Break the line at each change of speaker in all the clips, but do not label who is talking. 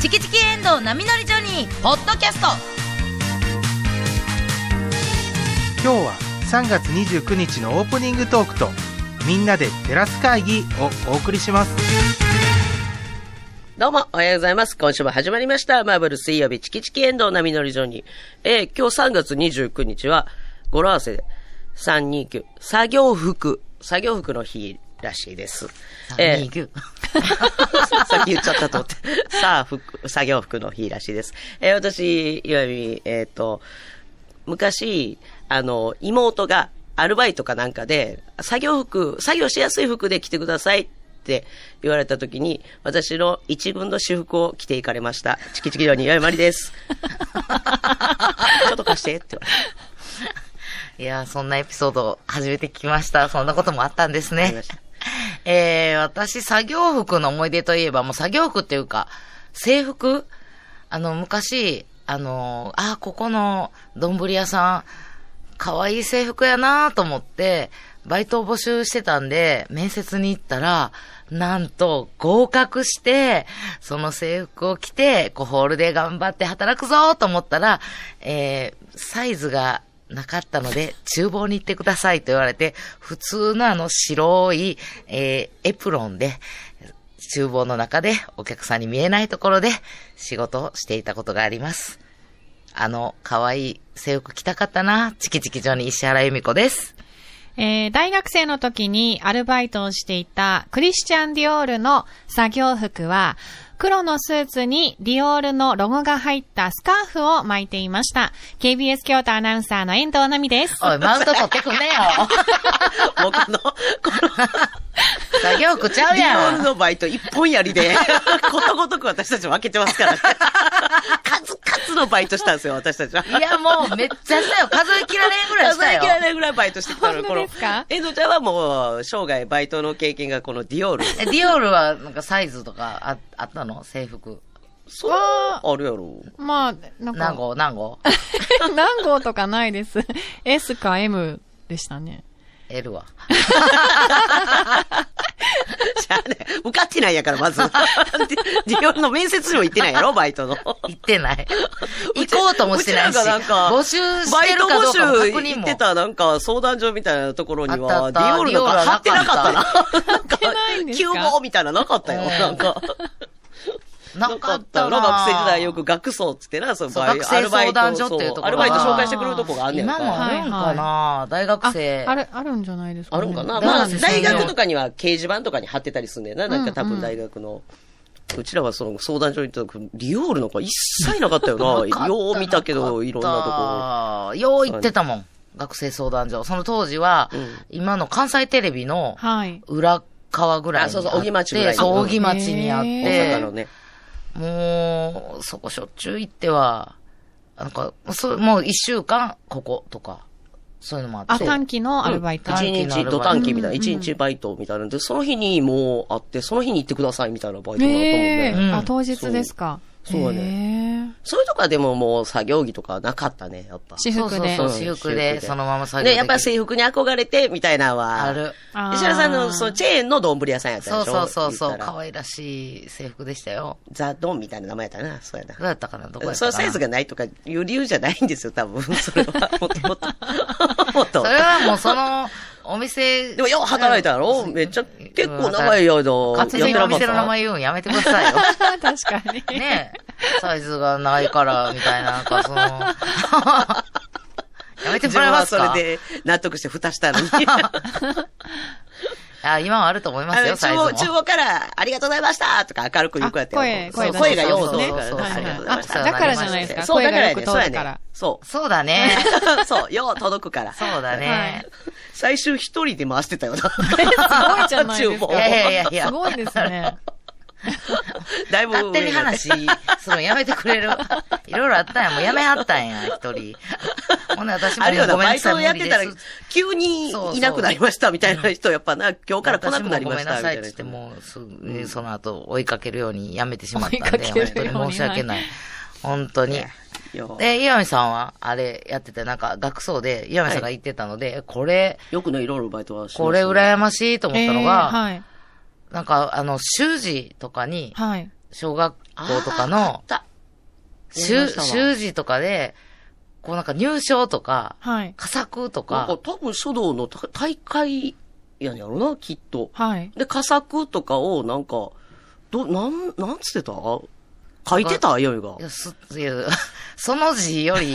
チキチキエンドウ波乗りジョニー」ポッドキャスト
今日は3月29日のオープニングトークとみんなでテラス会議をお送りします
どうも、おはようございます。今週も始まりました。マーブル水曜日、チキチキエンドウ波乗りジョニー。えー、今日3月29日は、語呂合わせで、329、作業服、作業服の日らしいです。えー さっき言っちゃったと思って。さあ、服、作業服の日らしいです。えー、私、岩見、えっ、と、昔、あの、妹がアルバイトかなんかで、作業服、作業しやすい服で着てくださいって言われた時に、私の一軍の私服を着ていかれました。チキチキのに岩井まりです。ちょっと貸してって言われ
いやー、そんなエピソード初めて聞きました。そんなこともあったんです
あり
ね
ました。
えー、私、作業服の思い出といえば、もう作業服っていうか、制服あの、昔、あのー、あー、ここの丼屋さん、可愛い制服やなーと思って、バイトを募集してたんで、面接に行ったら、なんと、合格して、その制服を着て、こう、ホールで頑張って働くぞーと思ったら、えー、サイズがなかったので、厨房に行ってくださいと言われて、普通のあの白い、えー、エプロンで、厨房の中でお客さんに見えないところで仕事をしていたことがあります。あの、可愛い制服着たかったな、チキチキ上に石原由美子です。
えー大学生の時にアルバイトをしていたクリスチャン・ディオールの作業服は、黒のスーツにディオールのロゴが入ったスカーフを巻いていました。KBS 京都アナウンサーの遠藤奈美です。
おい、マウント取ってくんなよ。
僕の、この、
作業服ちゃう
ディオー
や
ル
ん。
のバイト一本やりで、ことごとく私たち負けてますからね。数々のバイトしたんですよ、私たちは。
いや、もうめっちゃしたよ。数え切られんぐらいしたよ
数え。切られるぐらいバイトしてきたのよこ
本当
の
ですか。
エンドちゃんはもう、生涯バイトの経験がこのディオール。
えディオールはなんかサイズとかああったの制服。
そう、あるやろ。
まあ、な
何
んか、
号何号
何号とかないです。S か M でしたね。
?L は。
じゃあね、受かってないやから、まず。ディオールの面接にも行ってないやろ、バイトの。
行っ てない。行こうともしてないし。
うちらがなんか
募集してるかどうかも
バイト
確
募集
認
行っ
も
て。たなんか相談所みたいなところに
あ
は、
っ
デ
た
ィ
あっ
オー
た
ルなんか貼ってなかった な。なんか
貼ってないん、です
急
か
募みたいななかったよ、
うん
なんか。
なかった
な
な。
か学生時代よく学層っつってな、その
そう
バイ
学生相談所っていうところが
アルバイトそうアルバイト紹介してくれるとこがあんねやんか
今もあるんかな、大学
あ、
生。
ある、あるんじゃないですか、
あるんかな、
だ
まあ、
そう
大学と
か。
かには掲示板とかに貼ってたりすんだよな。なんか多
うんう
分
ん
大学の。うちらはその相談所に行った時、リオールなんか一切なかったよ
なかっ
な。
た
よう見たけど、いろんな
ところ。よう行ってたもん。学生相談所。その当時は、
うん
今の関西テレビの
はい。
裏側ぐらい
あ
に
そうそう
あって
小木町ぐらいに
そう、小木町にあっ
とこ。大
へ
て
阪、のね。
もう、そこしょっちゅう行っては、なんか、そう、もう一週間、こことか、そういうのもあって。
あ、短期のアルバイト。
一
短期のア
日
ルバイト
ド短期みたいな、
うんうん
一日バイトみたいなんで、その日にもうあって、その日に行ってくださいみたいなバイトだったもん
ええ
ね。
うん
あ、当日ですか。
そうそうだ
ね。
そういうとこはでももう作業着とかなかったね、やっぱ。
私服で。
そうそうそう、私服
私服
で、
で
そのまま作業
ね、
できる。
やっぱり制服に憧れてみたいなのは。
ある。
あー
石原さんの、そのチェーンの丼屋さんやった
そ
で
う
しょ
そうそうそ
言っ
う、
たら
可愛らしい制服でしたよ。
ザ・ドンみたいな名前やったな、そうやな
どう。やったかなどこやっ
そ
た
の
かな
サイズがないとかいう理由じゃないんですよ、多分。 それは、もともと。もっと
それはもうその、お店。
でもよう働いたやろめっちゃ、結構長い間、やって
勝手に
な
お
かっ
店の名
た。
前言うんやめてくださいよ。
確かに。
ねえ。サイズがないから、みたいな、なんかその、 やめても
自
らえ
分
ま
は
す
そ
か
れで納得して蓋したのに。
あ今はあると思いま
あ
す
の
よ、サ
中
イズも
央、。中央から、ありがとうございましたとか明るく言う子やったよ
あ声
そう
声
声
出
が
して
よう
そう
通
ね
るから
そう
ありがとうございました
そうそう。
だからじゃないですか。
そう、だ
声
か
が
ら
よ
や
く
ね、
通
そうや
るから
ね。。そう。
そうだね。
そう、よう届くから。
そうだね。
最終一人で回してたよな。
すごいじゃないで すか
中
いやいやいやいや
す。ごいですね。
だいぶ上
勝手に話するのやめて くれる。いろいろあったんや。もうやめはったんや、一人。ほんで私も
あるよな、
ごめん
バ
な
イ
さい
トやってたら
無理です、
急にいなくなりましたみたいな人、やっぱな、今日から来なくなりましたみたい
私もごめんなさいっ
な
て言って、
人。
もうすぐ、その後追いかけるようにやめてしまったん
追い
で、
かけ
本
るよう
当に
に
申し訳ない。本当に。
よ
で、岩見さんは、あれやってて、なんか学装で岩見さんが言ってたので、これ、
よくね、いろいろバイトはして
これ
ま
羨ましいと思ったの
えー
が、
はい。
なんか、あの、習字とかに、
はい。
小学校と
あー
か
あ
の
っ、たやり
修
ましたわ
習字とかで、こうなんか入賞とか、
はい。
佳作と
なんか
か、
多分書道の大大会やねやろな、きっと。
はい。
で、佳作とかをなんか、ど、なん、なんつってた書いてたよみが
い。や、す、いや、 その字より、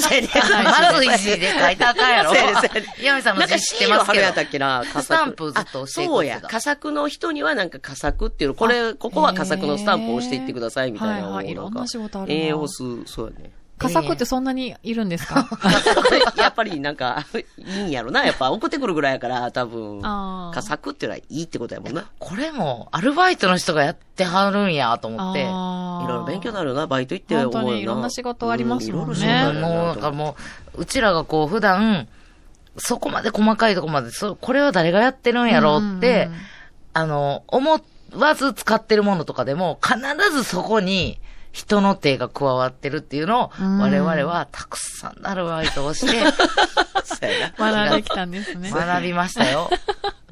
せで
丸い字で書いたらあかんや
そ
ろ
うやねそうやね。
岩見さん
な
の
んか
字
知っ
知ってて
ま
ますす
け
け
ど。
ど。
あったっけな、佳作
スタンプずっと押してい
あ
く
そ
やつだ
うや。佳作の人にはなんか佳作っていうの、これ、ここは佳作のスタンプを押していってくださいみたいなのを。
はいはいいろんな仕事あるな
栄養素、そうやね。
佳作ってそんなにいるんですか
やっぱりなんか、 いいんやろな。やっぱ送ってくるぐらいやから、多分。
あー
佳作っていうのはいいってことやもんな。
これも、アルバイトの人がやってはるんや、と思って。
あー
いろいろ勉強になるよな、バイト行って思うよな。
本当にいろんな仕事ありますもん
ういろいろ
ね
仕
そう
事あ
な
る
の
よ
もう、
な
なんかもう、うちらがこう、普段、そこまで細かいとこまで、そう、これは誰がやってるんやろうって、
うんうん
あの、思わず使ってるものとかでも、必ずそこに、人の手が加わってるっていうのを、
うん
我々はたくさんアルバイトをして、
そうやな
学んできたんですね。
学びました よ。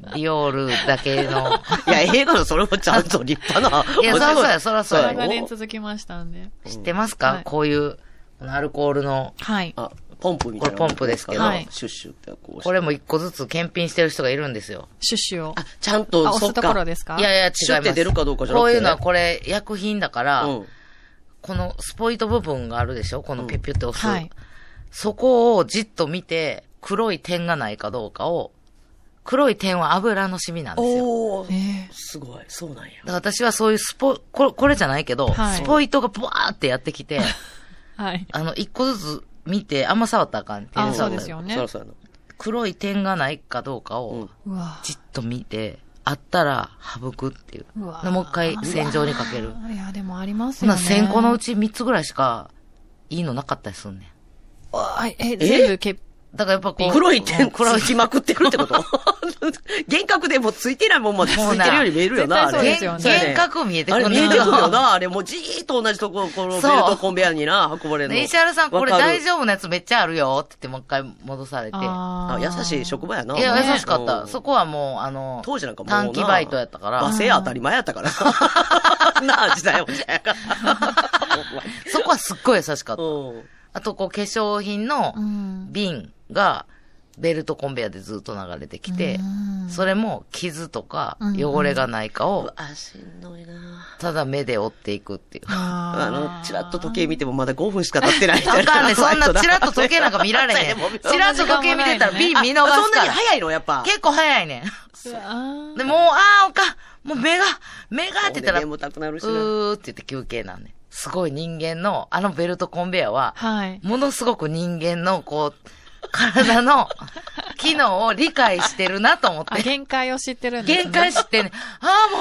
ディオールだけの。
いや、映画のそれもちゃんと立派 な。
いやそらそうやそらそうや
長年
お
続きましたんで。
知ってますか、
はい
こういう、あのアルコールの、
はい。
あ、ポンプみたいな。
これポンプですけど
はい
シュッシュってこうして
これも一個ずつ検品してる人がいるんですよ。
シュッシュを。
あ、ちゃんと、
あ、押
そっ
すところ
か。
ですか
いやいや、違い
シュ
ま
ッ
す。
て出るかどうかじゃな
こ
く
う
て
い
ね
うのはこれ、薬品だから、
うん。
このスポイト部分があるでしょこのピュッピュって押す、
はい。
そこをじっと見て、黒い点がないかどうかを、黒い点は油のシミなんですよ。
おー、
え
すごい、そうなんや。
だから私はそういうスポ、これ、これじゃないけど、
はい
スポイトがブワーってやってきて、
ーはい。
あの、一個ずつ見て、あんま触ったらあかん。手で
あ
触
そう
った
で
ら
すよね
そらそうやな。
黒い点がないかどうかを、
うわ
じっと見て、あったら省くっていう。
うわ
でもう一回洗浄にかける。
ーいや、でもあります
そん
よ
な
ね。
1000個のうち3つぐらいしか、いいのなかったりすんね
あえ、全部け、
ん。だからやっぱこう。
黒い点、
黒
黒
い
いきまくってるってこと 幻覚でもうついてないもんまでついてるように見えるよな、あ
そうで
れ
す。よね
幻覚見えてく
あれ
るの
見えてくるよな、あれ。もうじーっと同じところ、このベルトコンベヤーに な、運ばれるの。
で石原さん、これ
わかる
大丈夫なやつめっちゃあるよって言ってもう一回戻されて。い
あ
あ優しい職場やな。
や、優しかっ
う
た。
ん
そこはもう、あの、
当時なんかもうな
短期バイトやったか
バ
ら、
セ当たり前やったから。 なあ、時代も時代やから。
そこはすっごい優しかった。
うん
あと、こう、化粧品の
ー。うん。
瓶が、ベルトコンベヤーでずっと流れてきて、
うん
それも傷とか
うん
汚れがないかを、
あ、しんどいな
ただ目で追っていくっていう。
あ
あ
の、
ー
ちらっと時計見てもまだ5分しか経ってないみた
あ
いな。
かんね、そんなチラッと時計なんか見られへん
そうやね。
チラッと時計見てたら瓶見逃
あそ
す
んな
か
に
ら。
早いの、やっぱ。
結構早いね
うわ
ん。
ー
で、もう、あー、おかん、もう目が、目がって言ったら、
で
う
眠たくなるしな。
ーって言って休憩なんね。すごい人間の、あのベルトコンベヤーは、
はい。
ものすごく人間の、こう、体の機能を理解してるなと思っ
あ、
て。
限界を知ってるんですね
限界知ってんねん。 あ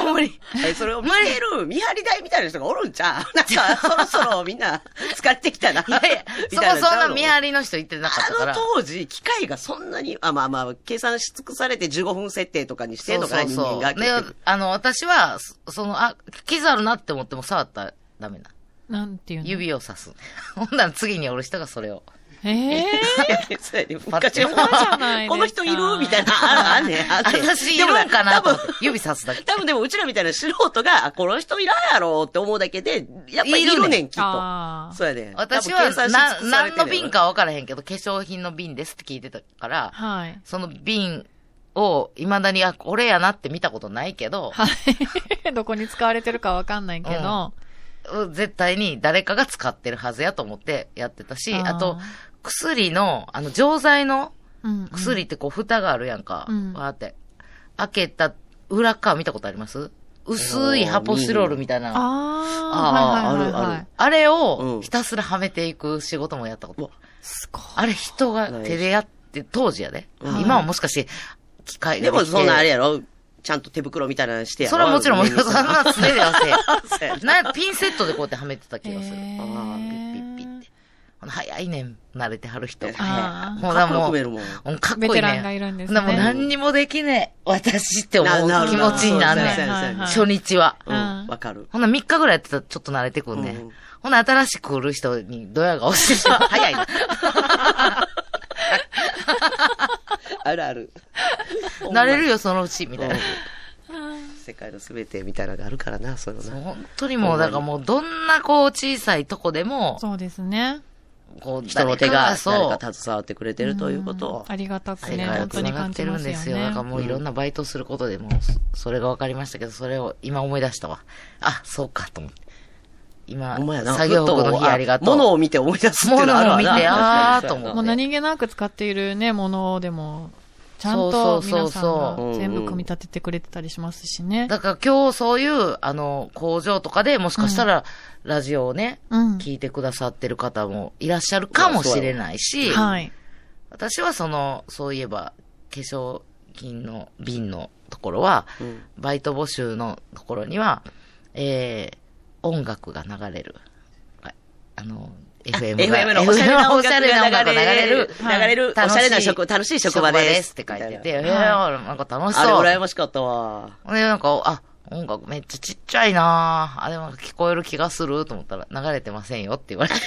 あ、もう無理。
えそれを見てる、見張り台みたいな人がおるんちゃう なんか、そろそろみんな疲れてきたな。
いやいや、
み
そ
たい
こそんな
の
見
ちゃうの
張りの人言ってなかったか
あの
ら。
当時、機械がそんなに、あ、まあまあ、計算し尽くされて15分設定とかにしてんのかな、
そうそうそう
人間が結
で
局。
あの、私は、そその、あ、傷あるなって思っても触ったらダメな。
なんていうの。
指を刺す。 ほんなら次におる人がそれを。
ええ。
そうやね昔
パッて
じゃないですか
この人 いるみたいな、ああんねん、あんねん
私いるんか
で
な
も
と思って指刺すだけ。
多分でもうちらみたいな素人が、あこの人いらんやろって思うだけで、やっぱい
いる
る
ね
ね
ん
ん、きっと。
ああ。
そうやねん。
私
多
は
分計算し尽
な、
くされ
何
て
の
んねん
瓶。か分からへんけど、化粧品の瓶ですって聞いてたから、
はい。
その瓶を、未だに、あ、これやなって見たことないけど、
はい。 どこに使われてるかわかんないけど。
うん絶対に誰かが使ってるはずやと思ってやってたし、
あー
あと、薬の、あの、錠剤の
うんうん。
薬ってこう、蓋があるやんか。
うん
わーって。開けた裏側見たことあります薄いハポスチロールみたいな。あ
ああ。はいは
あーある
いはいは
あ
い
る。
れ
う
を
ん
ひたすらはめていく仕事もやったこと。
うわ
すごい。
あれ人が手でやって、当時やで。
うん
今はもしかして、機械
で
が
も
きて
そんなあれやろちゃんと手袋みたいなのしてやろ
それはもちろん、もちろん、そんな素手ではせえ
そうやな
なんやピンセットでこうやってはめてた気がする。
へー
あーピッピッピッって。ほな早いねん、慣れてはる人。
あー
ほら
かっ
も
こ
う、
よく見える
うんかっこいいね。
ベテランがいるんですね
ほなもう何にもできねえ、私って思う
ななる
気持ちになる
そうです
ね
ね
ん。
はいはい
初日は。
う
うん
ん、わかる。
ほな3日ぐらいやってたらちょっと慣れてくんね。
うん
ほな新しく来る人にドヤ顔してしまう。早い な。
あるある。
慣れるよ、そのうち、みたいな。
世界のすべてみたいなのがあるからな、そういうのな。
本当にもう、だからもう、どんなこう、小さいとこでも、
そうですね。
こう、
人の手が
そう
誰か携わってくれてるということを。
ありがたく
世
ね、
界を
本当
つ
に
ながっ
感
て
じ
る
ま
ん
す
で
よ
すよ。だから
ね。
もういろんなバイトすることでもう、そそれが分かりましたけど、それを今思い出したわ。あ、そうか、と思って。今、
お前やな。
作業服の日ありがとう。
物を見て思い出すっていうのあるわな
物を見てあー
確かに
と思
もう何気なく使っているね、ものでも、ちゃん
そ
と
うそうそ
皆
う
さ
そうん
が全部組み立ててくれてたりしますしね。
だから今日そういう、あの、工場とかでもしかしたら、ラジオをね、
うん。
聞いてくださってる方もいらっしゃるかもしれないし、
はい。
私はその、そういえば、化粧品の瓶のところは、
うん
バイト募集のところには、えー、音楽が流れる。ああの、FM が。
FM のおしゃれな音楽が流れる。流
はい
れる。おしゃれな職、楽しい職場です。
って書いてて、え
みた
ー、
い
なんか楽し
なあれ、
そう。
羨ましかったわ。
で、なんか、あ、音楽めっちゃちっちゃいなぁあ、でもなんか聞こえる気がすると思ったら、流れてませんよって言われて。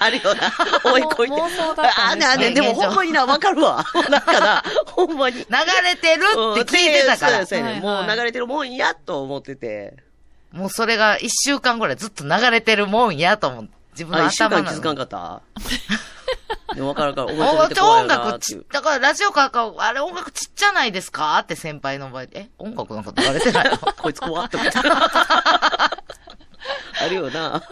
あるよな。おい こいて。
もう妄想だった
あ、
んですね
なんで、でもほんまにな、わかるわ。なんかな、ほんまに。
流れてるって聞いてたか
うん
ら
そう。やそうやね
はいはい
もう流れてるもんや、と思ってて。
もうそれが一週間ぐらいずっと流れてるもんやと思う。自分の
あ、一週
頭
間
の。
気づかんか った。でもわからんから、覚え
お
て
ち
て
ょ
怖い
音
よな
楽
ってい
ち
う、
だからラジオかか、あれ音楽ちっちゃないですかって先輩の場合で、え、音楽なんか流れてない の
こいつ怖っと思って。あるよ な。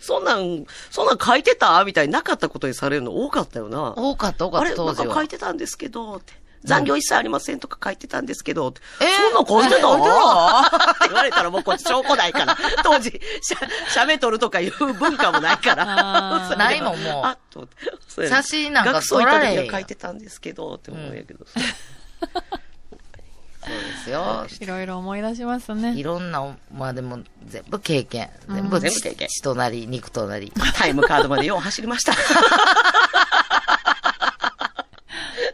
そんなん、そんなん書いてたみたいになかったことにされるの多かったよな。
多かった多か
あ
っ
れ、
た
な
当
ん
時
か書
は。
いてたんですけど、って。残業一切ありませんとか書いてたんですけど、って
えー
そんなん書いてた
書いて
わって 言われたらもうこっち証拠ないから。当時、しゃ、喋とるとかいう文化もないか
あ
ら。
ーないもんもう
あっと思ってそうやね
写真なんか
学装行
撮
っ
ら
た
れへん
時
よ
は書いてたんですけど、って思うんやけど。
そうですよ。
いろいろ思い出しますね
い。ろんな、まあでも全部経験。全部
全部経験
血となり、肉となり。
タイムカードまでよう走り ました。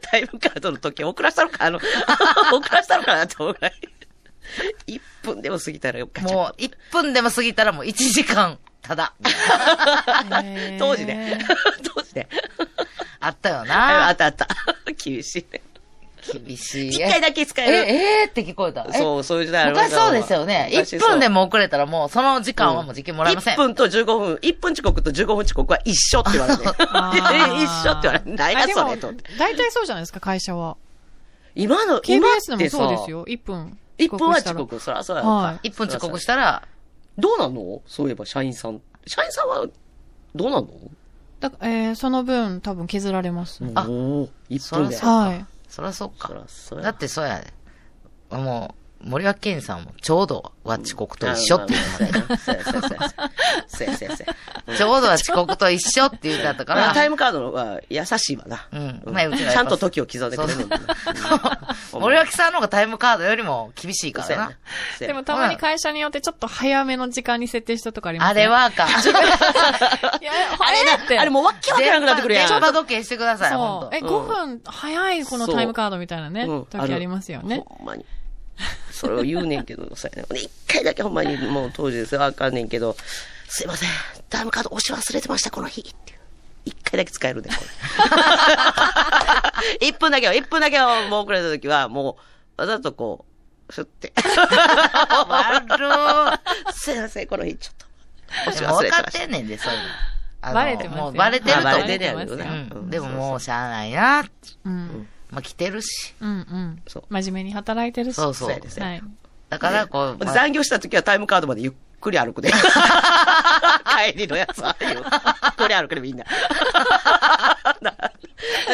タイムカードの時計遅らしたのか、あの、遅らしたのかなと思うぐらい。1分でも過ぎたらよか
もう1分でも過ぎたらもう1時間、ただ。
へー
当時 ね。当時ね。
あったよ
ああ
な
っ。たあった。 厳しいね。
厳しい。
一回だけ使
え、
える。
えーって聞こえた。え
そう、そういう時代ある
昔そうですよね。1分で
も
も遅れたらもう、その時間はもう時給もらえません。
1分と15分、1分遅刻と15分遅刻は一緒って言わ れて。
あー
一緒って言われて。何やそれ
あで
と
も
思って。
大体そうじゃないですか、会社は。
今の、今
KBS
っ
で
て
も
さ
そうですよ。1分。
一分は
した
遅
ら
刻、そらそうやんか
はい。
1分遅刻したら、
どうなんのそういえば社員さん。社員さんは、どうなの
だからえーその分多分削られます。
あ
おー一分で。
そら
はい。
そらそっ
そ
か。
らそうや
だってそうやで。もう、森脇健児さんもちょうどは遅刻と一緒って言ってたよ。
あまあまあ そうやそうやそうやそうやそうやそうやそうや
ちょうどは遅刻と一緒って言ってたか
まあ
ら。
タイムカードは優しいわな。
うん
う
まあうちらやっぱ
ちゃんと時を刻んでくれるもんな うん
森脇さんの方がタイムカードよりも厳しいか
そうや
ら
な
な。。
そう
で
や
もたまに会社によってちょっと早めの時間に設定したとかあります
あれはあかん。
いや、早いって。
あれもうわっけわからなくなってくるやん。
電波時計してください、ほ
そ
ん
う。え、
と。
5分早いこのタイムカードみたいなね
うん、
時ありますよね。
ほんまに。それを言うねんけど、そうやねほんで一回だけほんまに、もう当時ですよ、あかんねんけど、すいません、タイムカード押し忘れてました、この日。っていう一回だけ使えるねん、 これ。一分だけは、一分だけはもう遅れた時は、もう、わざとこう、しょって。
悪い。
すいません、この日ちょっと。押し
で
忘
も分
れて
か
ま
っ
して
んねんで、そういうの。あの
バレてますよ
もうバレてると
た。
まあ
バ
思
レてんねやけど
バレて
な
ま
う。。
うんん
でももうしゃあないな。
うん。
まあ、来てるし。
うんうん
そう。
真面目に働いてるし。
そうそう
そうやですね
はい。
だから、こう、まあ
残業した時はタイムカードまでゆっくり歩くで。帰りのやつは、ゆっくり歩くでみんな。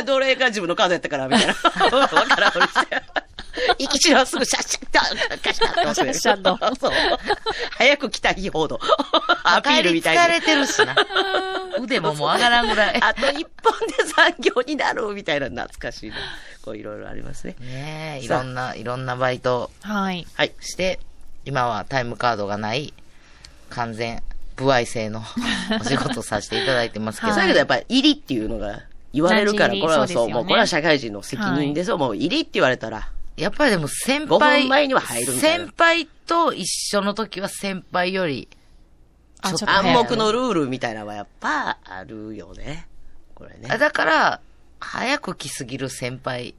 どれが自分のカードやったから、みたいな。わからんふりして。行きしろすぐシャッシャッと、カシャッと忘れる。
シャッシャッ
そう。早く来た日ほど。アピールみたい
帰
な
り。疲れてるしな。 腕ももう上がらんぐらい。
あと一本で残業になるみたいな懐かしいな。こういろいろありますね。
ねえ、いろんな、いろんなバイト
はい。
はい。
して、今はタイムカードがない、完全、不愛制のお仕事させていただいてますけど。
は
だ
い
けどやっぱり、入りっていうのが言われるから、
何時入り
これは
そうです
そ
よ
う、
ね
もうこれは社会人の責任ですよ。もう入りって言われたら、
やっぱりでも先
5
輩、
分前には入るみたいな
先輩と一緒の時は先輩より、
あ、ちょっと
はい
暗
早い
黙のルールみたいなのはやっぱあるよね。これね。
あだから、早く来すぎる先輩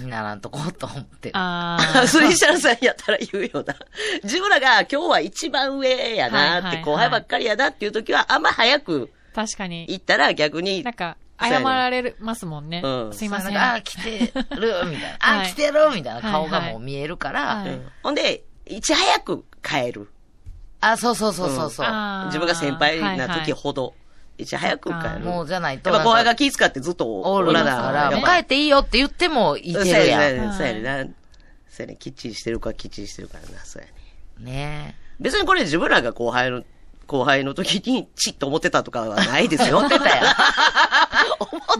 にならんとこうと思って。
あ
あ
ー
スイシャルさんやったら言うよな。自分らが今日は一番上やなっ
はいはい
て、
はい
後輩ばっかりやなっていう時は、あんま早く
確かに。
行ったら逆に
なん、か、謝られますもんね。
うん
すいません。
あー、来てるみたいな。
は
あ
い
ー、来てるみたいな顔
は
が
いはい
もう見えるから
はい。
うんほんで、いち早く帰る。
あ、そうそうそうそうそう。
あー
自分が先輩な
はい
時
はい
ほど、いち早く帰る。
もうじゃないと。
やっぱ後輩
な
が
んか
気遣ってずっと
おる
ら
だ
な
か
お
ら、
る
も
ね
う帰っていいよって言ってもいて
そ
る
う
や
やねんそうやねん
は
そうやねんきっちりしてるかきっちりしてるからな、そうやねん
ん。ね
別にこれ自分らが後輩の、後輩の時にチッと思ってたとかはないですよ。思ってた よ。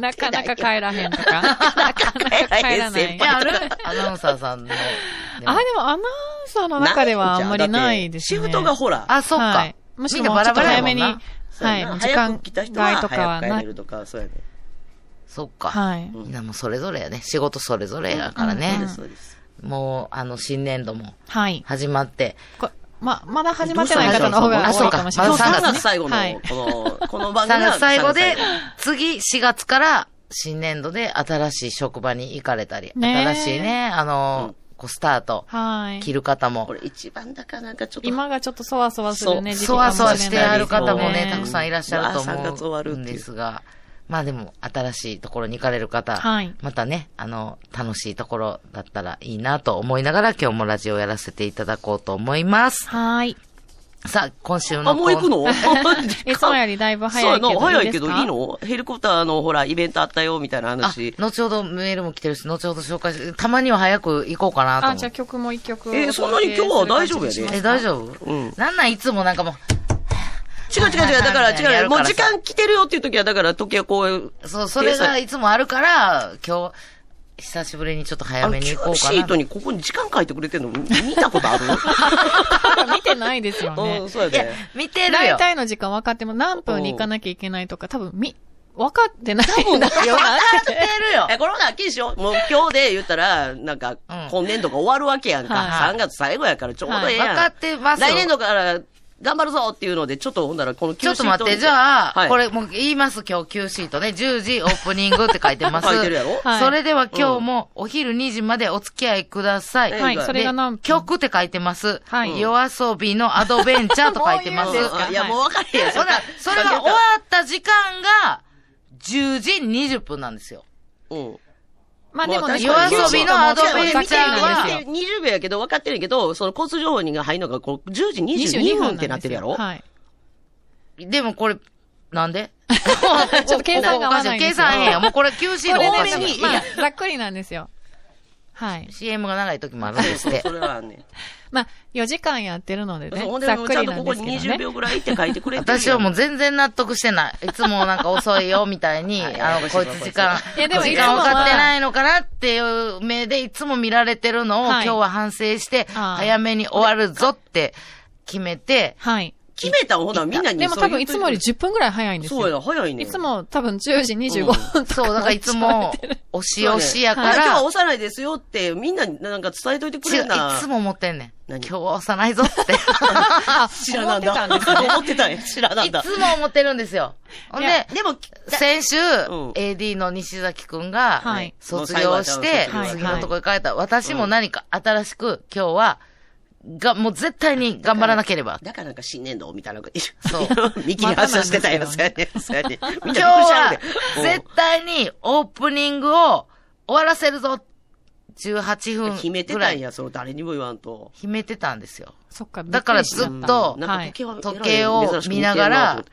なかなか帰らへんとか。なかなか帰らな
帰
い
らへん先輩
え。で、あるアナウンサーさんの。でも
あ、でもアナウンサーの中ではあんまりないですね。
シフトがほら、
あ、そっ
は
か
い。むし
みんな
ろも
バ
うち
ラ
ょっと
バラ
早
やも
め
ん
に、
な。
そうやな
はい、時
早
間
く来た人は
外とか
早
は
く帰
な
れ、るとか、そうやね。
そっか。
はい。
みんなもうそれぞれやね。仕事それぞれやから
うん
ね
うん。
そうです。
もう、あの、新年度も
はい。
始まって。
こま、まだ始まってない方の方が
あ
多
そう
い
か
かもしれ
今
な
日
い。
まだ
3
三
月最後の、
はい
この、この番
3
組は
月最後で
3月最、
次4月から新年度で新しい職場に行かれたり、
ねえ
新しいね、あの、こうスタート、
は
切
い。
る方
こ
も、
れ一番だからなんかちょっと、
今がちょっとそわそわするね、時期
そ
か
わ
もし
そ
れな
わ
いです
し
ね
てある方も
そう
ね、たくさんいらっしゃると
うわ三月終
思
わ
う
る
ん
っていう
ですが、まあでも、新しいところに行かれる方、
はい
またね、あの、楽しいところだったらいいなと思いながら、今日もラジオやらせていただこうと思います。
はい。
さあ、今週の
あ、もう行く
コー
の
いつもよりだいぶ
そうや
早いけ
な、
どいいですか。
早いけどいいのヘリコプターのほら、イベントあったよ、みたいな
ナー
話。
あ、後ほどメールも来てるし、後ほど紹介し、たまには早く行こうかなと思
あ、
っ
じ
て
ゃあ曲も一曲。
えそんなに今日は大丈夫やで
お届けする感じにします
え、大丈夫
うん
なんなんいつもなんかも
違う違う違う、だから
はいは
違
い
う、もう時間来てるよっていう時は、だから時はこう、
う、そう、それがいつもあるから、今日、久しぶりにちょっと
あ
早
の、
めに
キ
行
ュ
こ
ー
うか
シート
な。
にここに時間書いてくれてんの見たことあ る
見てないですよね
う。ん、そうや
いや
で。、
見てる
大
よ。
体の時間分かっても何分に行かなきゃいけないとか、多分み、分かってない。 多分
いや、わかってるよ。
え、コロナ秋でしょもう今日で言ったら、なんか
うん、
今年度が終わるわけやんか。
は
3月最後やからちょうどええやん。
わかってますよ。
来年度から頑張るぞっていうので、ちょっとほんならこの
ちょっと待って、じゃあ、これもう言います、今日 Q シートね。10時オープニングって書いてます。
書いてるやろ
はい
それでは今日もお昼2時までお付き合いください。
はい
はい、
で
それが
で
何分
曲って書いてます。
はい
夜遊びのアドベンチャーと書いてま
も
す
う言うんです。か
いや、もう分かれへんよ。
ほら、それが終わった時間が、10時20分なんですよ。
うん。
まあでもね、
まあ確かに
夜遊びのアドベン
見
チ
て
ャ
る
ーは、
は、20秒やけど分かってるんやけど、その交通情報が入るのがこう10時
22
22分ってなってるやろ
はい。
でもこれ、なんで
ちょっと計算が合わないんですよ
計算変や。もうこれ Q シー
こ
ト
れ
お
ね
かしいよ
でも。まあ、ざっくりなんですよ。はい。
CM が長い時もあるん
そう
です
そ
っ
う
て
そ。れはね。
まあ、4時間やってるのでね
そうほん、で
ざっ
もう
く
ちゃ
り
んと
なん
こ
で
こ
す
に
けど
20
ね。
秒ぐらいって書いてくれて るやん
私はもう全然納得してない。いつもなんか遅いよ、みたいに、あの、こいつ時間、
いやでも
時間
いつもは
分かってないのかなっていう目でいつも見られてるのを、
はい
今日は反省して、
あー
早めに終わるぞって決めて、
はい。
決めたんほな、みんなに
でも
そう
多
言
分
う
い
と
つもより10分ぐらい早いんです
そう
よ。
や、早いね。
いつも多分10時25分とか。
そう、だからいつも、押し押しやか
今日
ら
は、幼いですよって、みんなになんか伝えといてく
違
れ
う、
ん
い
な。
つも思ってんねん。今
何
日は押さないぞって。
あ、
知らなんだ。思ってたん,、や。知らなん
い
だ。
つも思ってるんですよ。ほん
いや
で、
でも、
先週、
ん
AD の西崎くんが、
はい
卒業し
もう最後
て、
やったの卒
次
業
のとこ行かれた。私も何か新しく、今日は、が、もう絶対に頑張らなければ。
だからなんか新年度みたいなのが、
そう
見切り発車してたよ、
ま
そ
た
うやね。そうやね。みんな
今
びっくりし
日
ちゃう
は
で。、
絶対にオープニングを終わらせるぞ !18
うん
分
決めて
ぐ
た
ら
ん
い。
や、その誰にも言わんと。
決めてたんですよ。
そっか。
だから
びくりしちゃた
ずっと
なんか時計は
時計を見なが
珍しく見てんなと
ら
思って、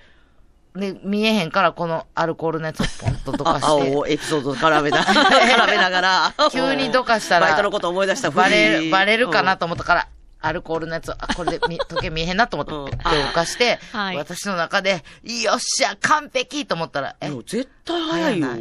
で、見えへんから、このアルコールのやつをポンとどか
あ、
して。
青エピソード絡 めな、絡めながら。
急にどかしたら
バイトのこと思い出した
バレる、バレるかなと思ったから、アルコールのやつ、あ、これ でみ時計見えへんなと思って、
うん
手を動かして、
はい
私の中で、よっしゃ、完璧と思ったら、
う
え
んで、も絶対早いよ
早。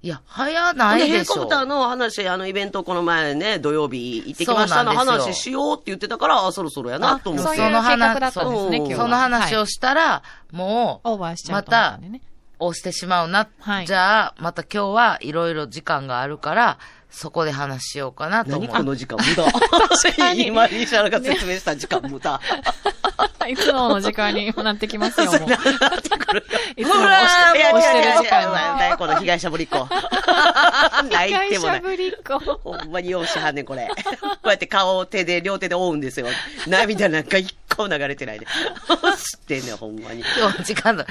いや、早ない
で、
でしょ。
ヘリコプターの話、あのイベントこの前ね、土曜日行ってきましたの
そうなんですよ
話しようって言ってたから、あ、そろそろやなと思っ
そう
て。
いう
そ
計
の話
画だったんです
そ
ね、今
う
日は。
その話
は
を
い
したら、もう、
オーバーしちゃ
ま
うと思った
た
んで、ね。
押してしまうな。
はい
じゃあ、また今日はいろいろ時間があるから、そこで話しようかなと思
何
う。
この時間無駄。今、西原が説明した時間無駄。
いつもの時間になってきますよ、もう。いつも
ほ
押
ら
し
ー、
て
もう
押してる時
いやいやいや
間
なんだよこの被害者ぶりっ子。
に。
泣いて
会
もな
社
い。
ぶりっ子。
ほんまに容赦はんねん、これ。こうやって顔を手で、両手で覆うんですよ。涙なんか一個流れてないで。知ってんねん、ほんまに。
今日時間だ。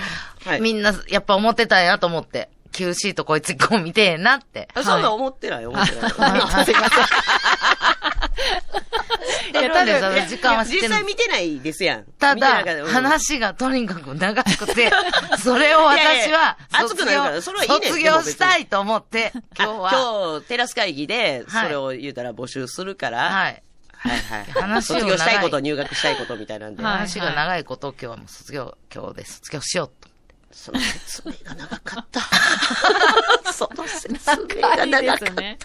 はい
みんな、やっぱ思ってたんやと思って。Q シートこいつ一個見てえなって。
あそんなん思ってない、思ってない。
すいません。
知ってるんですよ時間は知っ
実
てるん
際
で
見
す。
てないですやん。
た
見てな
だ
いからう、ん
話がとにかく長く て、それを私はい
やいや熱
卒
くなるから
業、
それはいいねん
卒業したいと思って、今日
あ
は、
今日、テラス会議で、
はい
それを言うたら募集するから、
は
はい
い。
はいはい。
話を長い
卒業したいこと、入学したいことみたいなんで、
はい
話が長いことを今日はもう卒業、今日で卒業しようと。
その説明が長かった。 その説明が長か
いい
っ
です
た。
ね。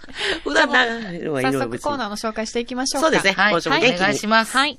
普段長いのはいろ
早
いろ
速
別
コー
に。
ナーの紹介していきましょうか。
そうですね。
はい
今週も元気
お
に。
願いします。
はい。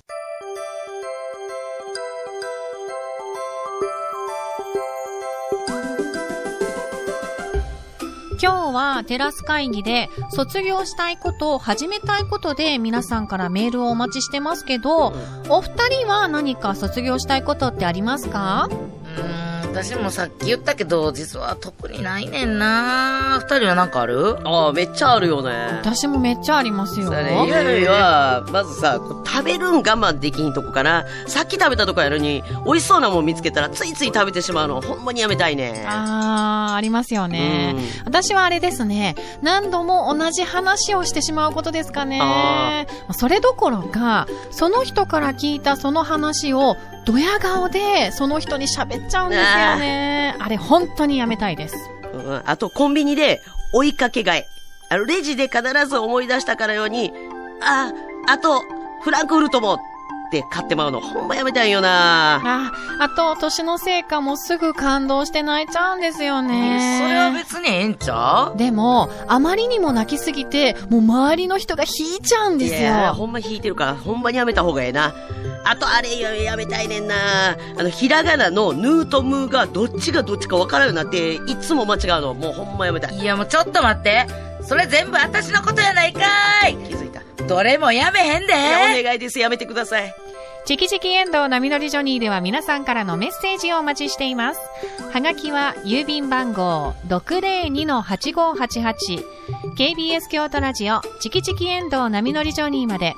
今日はテラス会議で卒業したいことを始めたいことで皆さんからメールをお待ちしてますけど、お二人は何か卒業したいことってありますか
うーん、私もさっき言ったけど、実は特にないねんな二人はなんかある
ああ、めっちゃあるよね。
私もめっちゃありますよ。
そうやね、ゆうゆは、まずさ、こう食べるん我慢できひんとこかな。さっき食べたとこやのに、美味しそうなもん見つけたら、ついつい食べてしまうの、ほんまにやめたいね。
あー、ありますよね
うん。
私はあれですね、何度も同じ話をしてしまうことですかね
あ。
それどころか、その人から聞いたその話を、ドヤ顔でその人に喋っちゃうんですよね。あれ、本当にやめたいです。
うんあと、コンビニで、追いかけ買い。あの、レジで必ず思い出したからように、あ、あと、フランクフルトも、って買ってまうの、ほんまやめたいよな。
あ、あと、年の成果もすぐ感動して泣いちゃうんですよ
え
ね。
それは別にええんちゃう
でも、あまりにも泣きすぎて、もう周りの人が引いちゃうんです
いやー
よ。
ほんま引いてるから、ほんまにやめた方がええな。あと、あれややめたいねんな。あの、ひらがなのヌーとムーがどっちがどっちかわからんようになって、いつも間違うの。もうほんまやめたい。
いやもうちょっと待って。それ全部私のことやないかー
気づいた。い
いどれもやめへんで
やお願いです。やめてください。
チキチキエンドウ波乗りジョニーでは皆さんからのメッセージをお待ちしています。はがきは郵便番号 602-8588KBS 京都ラジオチキチキエンドウ波乗りジョニーまで。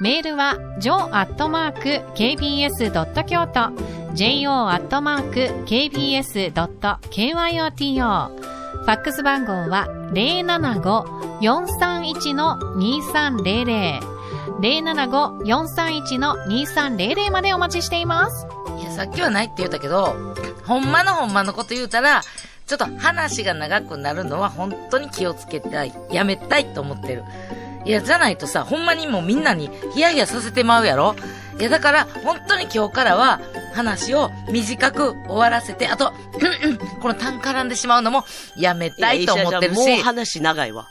メールは jo.kbs.kyoto jo.kbs.kyoto ファックス番号は075-431-2300 075-431-2300までお待ちしています。
いや、さっきはないって言ったけど、ほんまのほんまのこと言うたら、ちょっと話が長くなるのは本当に気をつけたい。やめたいと思ってる。いや、じゃないとさ、ほんまにもうみんなにヒヤヒヤさせてまうやろいや、だから、本当に今日からは、話を短く終わらせて、あと、うんうんこの単絡んでしまうのもやめたいと思ってるし。
いや石田ちゃんもう話長いわ。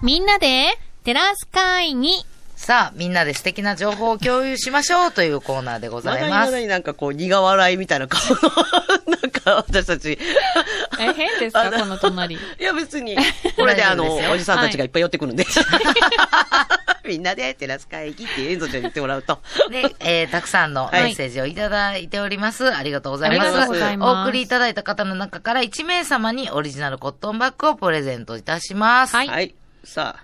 みんなで、テラス会議。
さあ、みんなで素敵な情報を共有しましょうというコーナーでござい
ま
ます
だ。になんかこう、苦笑いみたいな顔 の、なんか私たち。
え、変です
あの
かこの 隣。
いや別に、これであ
大丈夫
の、
ですよ
おじさんたちがいっぱい寄ってくるんで。 みんなでテラス会議って遠藤ちゃんに言ってもらうと。
ね、えー、たくさんのメッセージをいただいております。ありがとうございます。
ありがとうござ
います
お送りいただいた方の中から1名様にオリジナルコットンバッグをプレゼントいたします。
は
はい。さあ、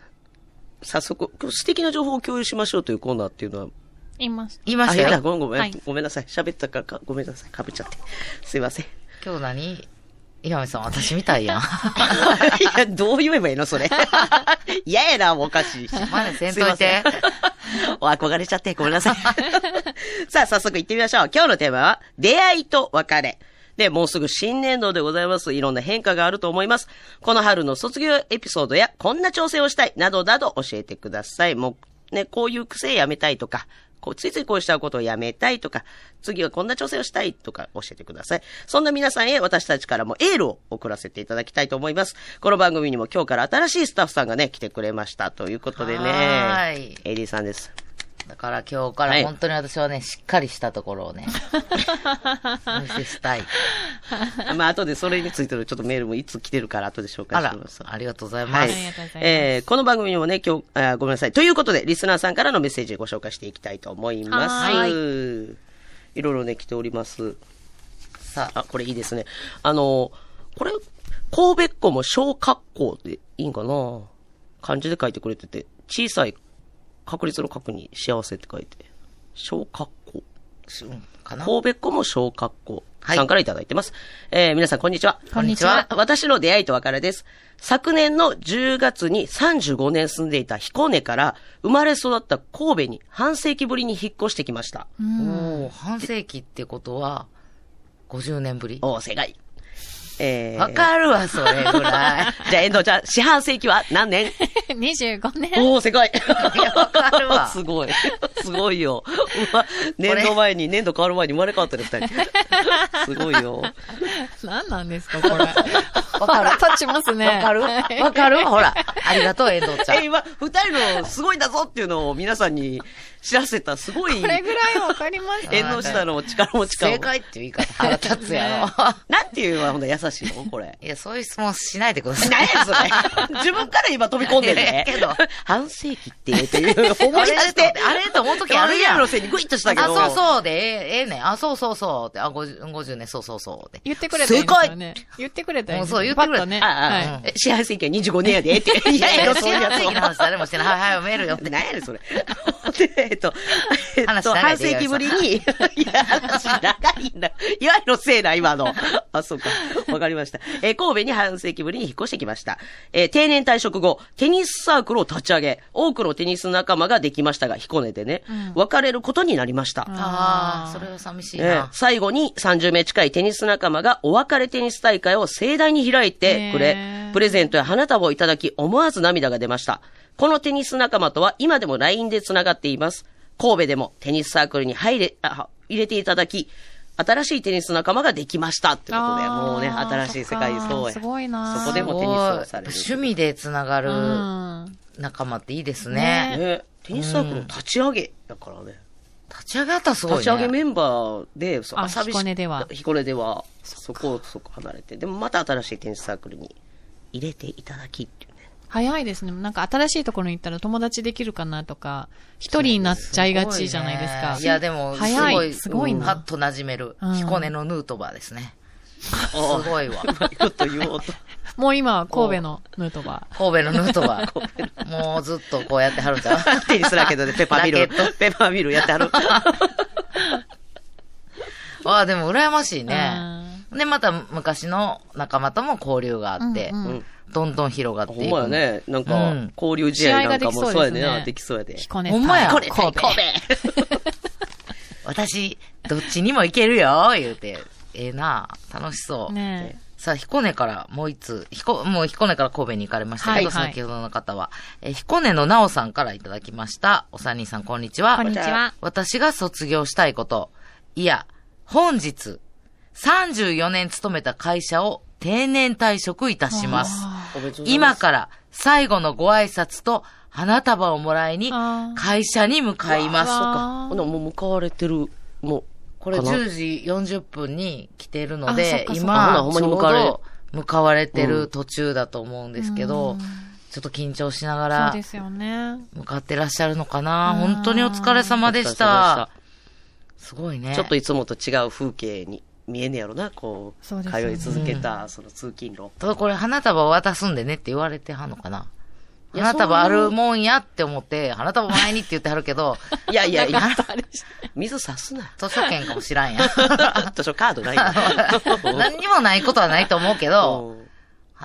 早速、今日素敵な情報を共有しましょうというコーナーっていうのは、
います。
言いま
あ、
した
やだ、
よ。
ごめんごめん、
はい
ごめんなさい。喋ったからか、ごめんなさい。かぶっちゃって。すいません。
今日何岩見さん、私みたいやん。
いや、どう言えばいいのそ れ。嫌やな、もうおかしい。
まだせんと
す
いて
ません。 お憧れちゃって、ごめんなさい。 さあ、早速行ってみましょう。今日のテーマは、出会いと別れ。で、もうすぐ新年度でございます。いろんな変化があると思います。この春の卒業エピソードや、こんな挑戦をしたい、などなど教えてください。もう、ね、こういう癖やめたいとか、こう、ついついこうしちゃうことをやめたいとか、次はこんな挑戦をしたいとか教えてください。そんな皆さんへ私たちからもエールを送らせていただきたいと思います。この番組にも今日から新しいスタッフさんがね、来てくれました。ということでね。
はーい
エリーさんです。
だから今日か
は
ら
い
本当に私はね、しっかりしたところ をね、お見せしたい。
まあ、後でそれについてのちょっとメールもいつ来てるから、後で紹介
あ
し
ら
ます。、
ありがとうござい
は
ま
い
す。
ありがとうございます。
えーこの番組にもね、今日、あーごめんなさい。ということで、リスナーさんからのメッセージご紹介していきたいと思います。。
はい
ろいろね、来ております。
さあ、
あ、これいいですね。あの、これ、神戸っ子も小格好でいいんかな漢字で書いてくれてて、小さい確率の確に幸せって書いて、小格好。
しうんかな
神戸っ子も小格好
はい
さんからいただいてます。えー皆さんこんにちは。
こんにちは
私の出会いと別れです。昨年の10月に35年住んでいた彦根から生まれ育った神戸に半世紀ぶりに引っ越してきました。
おー半世紀ってことは、50年ぶり。
おー、世界。えー
わかるわ、それぐらい。
じゃあ、遠藤ちゃん、四半世紀は何年
25年。
おー、世界。
やわかるわ
すごい。すごいよ。うわ年度前に、年度変わる前に生まれ変わってる二人。すごいよ。
何なんですか、これ。
わかる
腹立ちますね。
わ かるわかるほら。ありがとう、遠藤ちゃん。
え、今、二人のすごいんだぞっていうのを皆さんに知らせた、すごい
こ、れぐらいわかります
縁の下の力持ち感を
正。解って言い方腹立つや
なんていうのはほんと優しいのこれ。
ろ。いや、そういう質問しないでください。
何やねんそれ。 自分から今飛び込んでるね。
いやいやけど
半世紀って、っていう、思い出して。
あれと思う時あるや
俺
ん
らのせいにグイッとしたけど。
あ、そうそうで、ええ、ええねん。あ、そうそうそうって。あ、50, 50年、そうそうそうで。
言ってくれたらいいんですよね。言ってくれたらいいんですよ
もうそう言ってくれ
パッとね。
ああ
は
あ、四半世紀は25年やで、って。いやいや、そういうや
幸
つ
せ
を
な。話誰もしてない。はいはい、メールよっ て。
何やねん、それ。で、えっと、えっ
話
と、
長
半
いで
世紀ぶりに、いや、話長いんだ。いわゆるせいな、今の。あ、そうか。わかりました。えー神戸に半世紀ぶりに引っ越してきました。えー定年退職後、テニスサークルを立ち上げ、多くのテニス仲間ができましたが、彦根でね、別れることになりました。
ああ、それは寂しい
ええ
な。
最後に30名近いテニス仲間がお別れテニス大会を盛大に開いてく
ね
れ
え、
プレゼントや花束をいただき思わず涙が出ました。このテニス仲間とは今でも LINE で繋がっています。神戸でもテニスサークルに入れ、あ入れていただき、新しいテニス仲間ができました。ってことで、
あー
もうね、新しい世界にそうや。
そっかすごいな
そこでもテニスをされる。
すごい趣味でつながる
うん
仲間っていいです
ね
ね。
ね、テニスサークルの立ち上げだからね。
立ち上がったらすごいね。
立ち上げメンバーで、そう
あ
朝日
彦根では
彦根では、そこをそこ離れて、でもまた新しいテニスサークルに入れていただきっていうね。
早いですね。なんか新しいところに行ったら友達できるかなとか、一人になっちゃいがちじゃないです
すごい
か。
ねいや、でも、す
早
ご
い。
い、
すごい
パッ
な。
と馴染める
う。ん
彦根のヌートバーで すね。す
あ
ごいわ。
うまいこと言おうと。
もう今は神戸のヌートバ
神戸のヌートバ ー。もうずっとこうやってはるんじゃん。
テニスラケッ トでペッパーミル
ラケッ、
ペッパーミルやってある。
ああ、でも羨ましい
ー。
ね。で、また昔の仲間とも交流があって、
うんうん
どんどん広がっていく。
ほんまやね、なん
う
か
ん、
交流試
試合
合な
が
ん
で
か
き
も
そう
そう
で
や
す
ねな、
ね。
できそうやで。
彦根
ほんまや。
さ
神戸。私、どっちにも行けるよ、言うて。ええな楽しそう。
ね
さあ、彦根からもう一つ、彦、もう彦根から神戸に行かれましたけど、
はいはい
先ほどの方は、えー彦根のなおさんからいただきました。お三人さん、こんにちは。
こんにちは
私が卒業したいこと。いや、本日、34年勤めた会社を定年退職いたします。
おめでとうございま
今
す
から最後のご挨拶と花束をもらいに
あー
会社に向かいます。
わー
そうか
ほな、もう向かわれてる、もう、
これ
かな
10時40分に来てるの
あそっ
で、
かそっか
あほ
今、ちょ
なほんまに
う
向かわれる
ど向かわれてる途中だと思うんですけど、ちょっと緊張しなが
そう
ら
ですよね。
向かってらっしゃるのかな。
うん
本当にお疲れ様でし
お疲れ様
た。すごいね。
ちょっといつもと違う風景に見えんねやろな、こう、
そうですよ
通
ね
い続けた、その通勤路。
ただこれ花束渡すんでねって言われてはんのかな。
いや
花束あるもんやって思って、花束前にって言ってはるけ ど、
いやいやいや
なんか
水さすな。
図書券かもしらんやん。
図書カードないよ
何にもないことはないと思うけど、
うん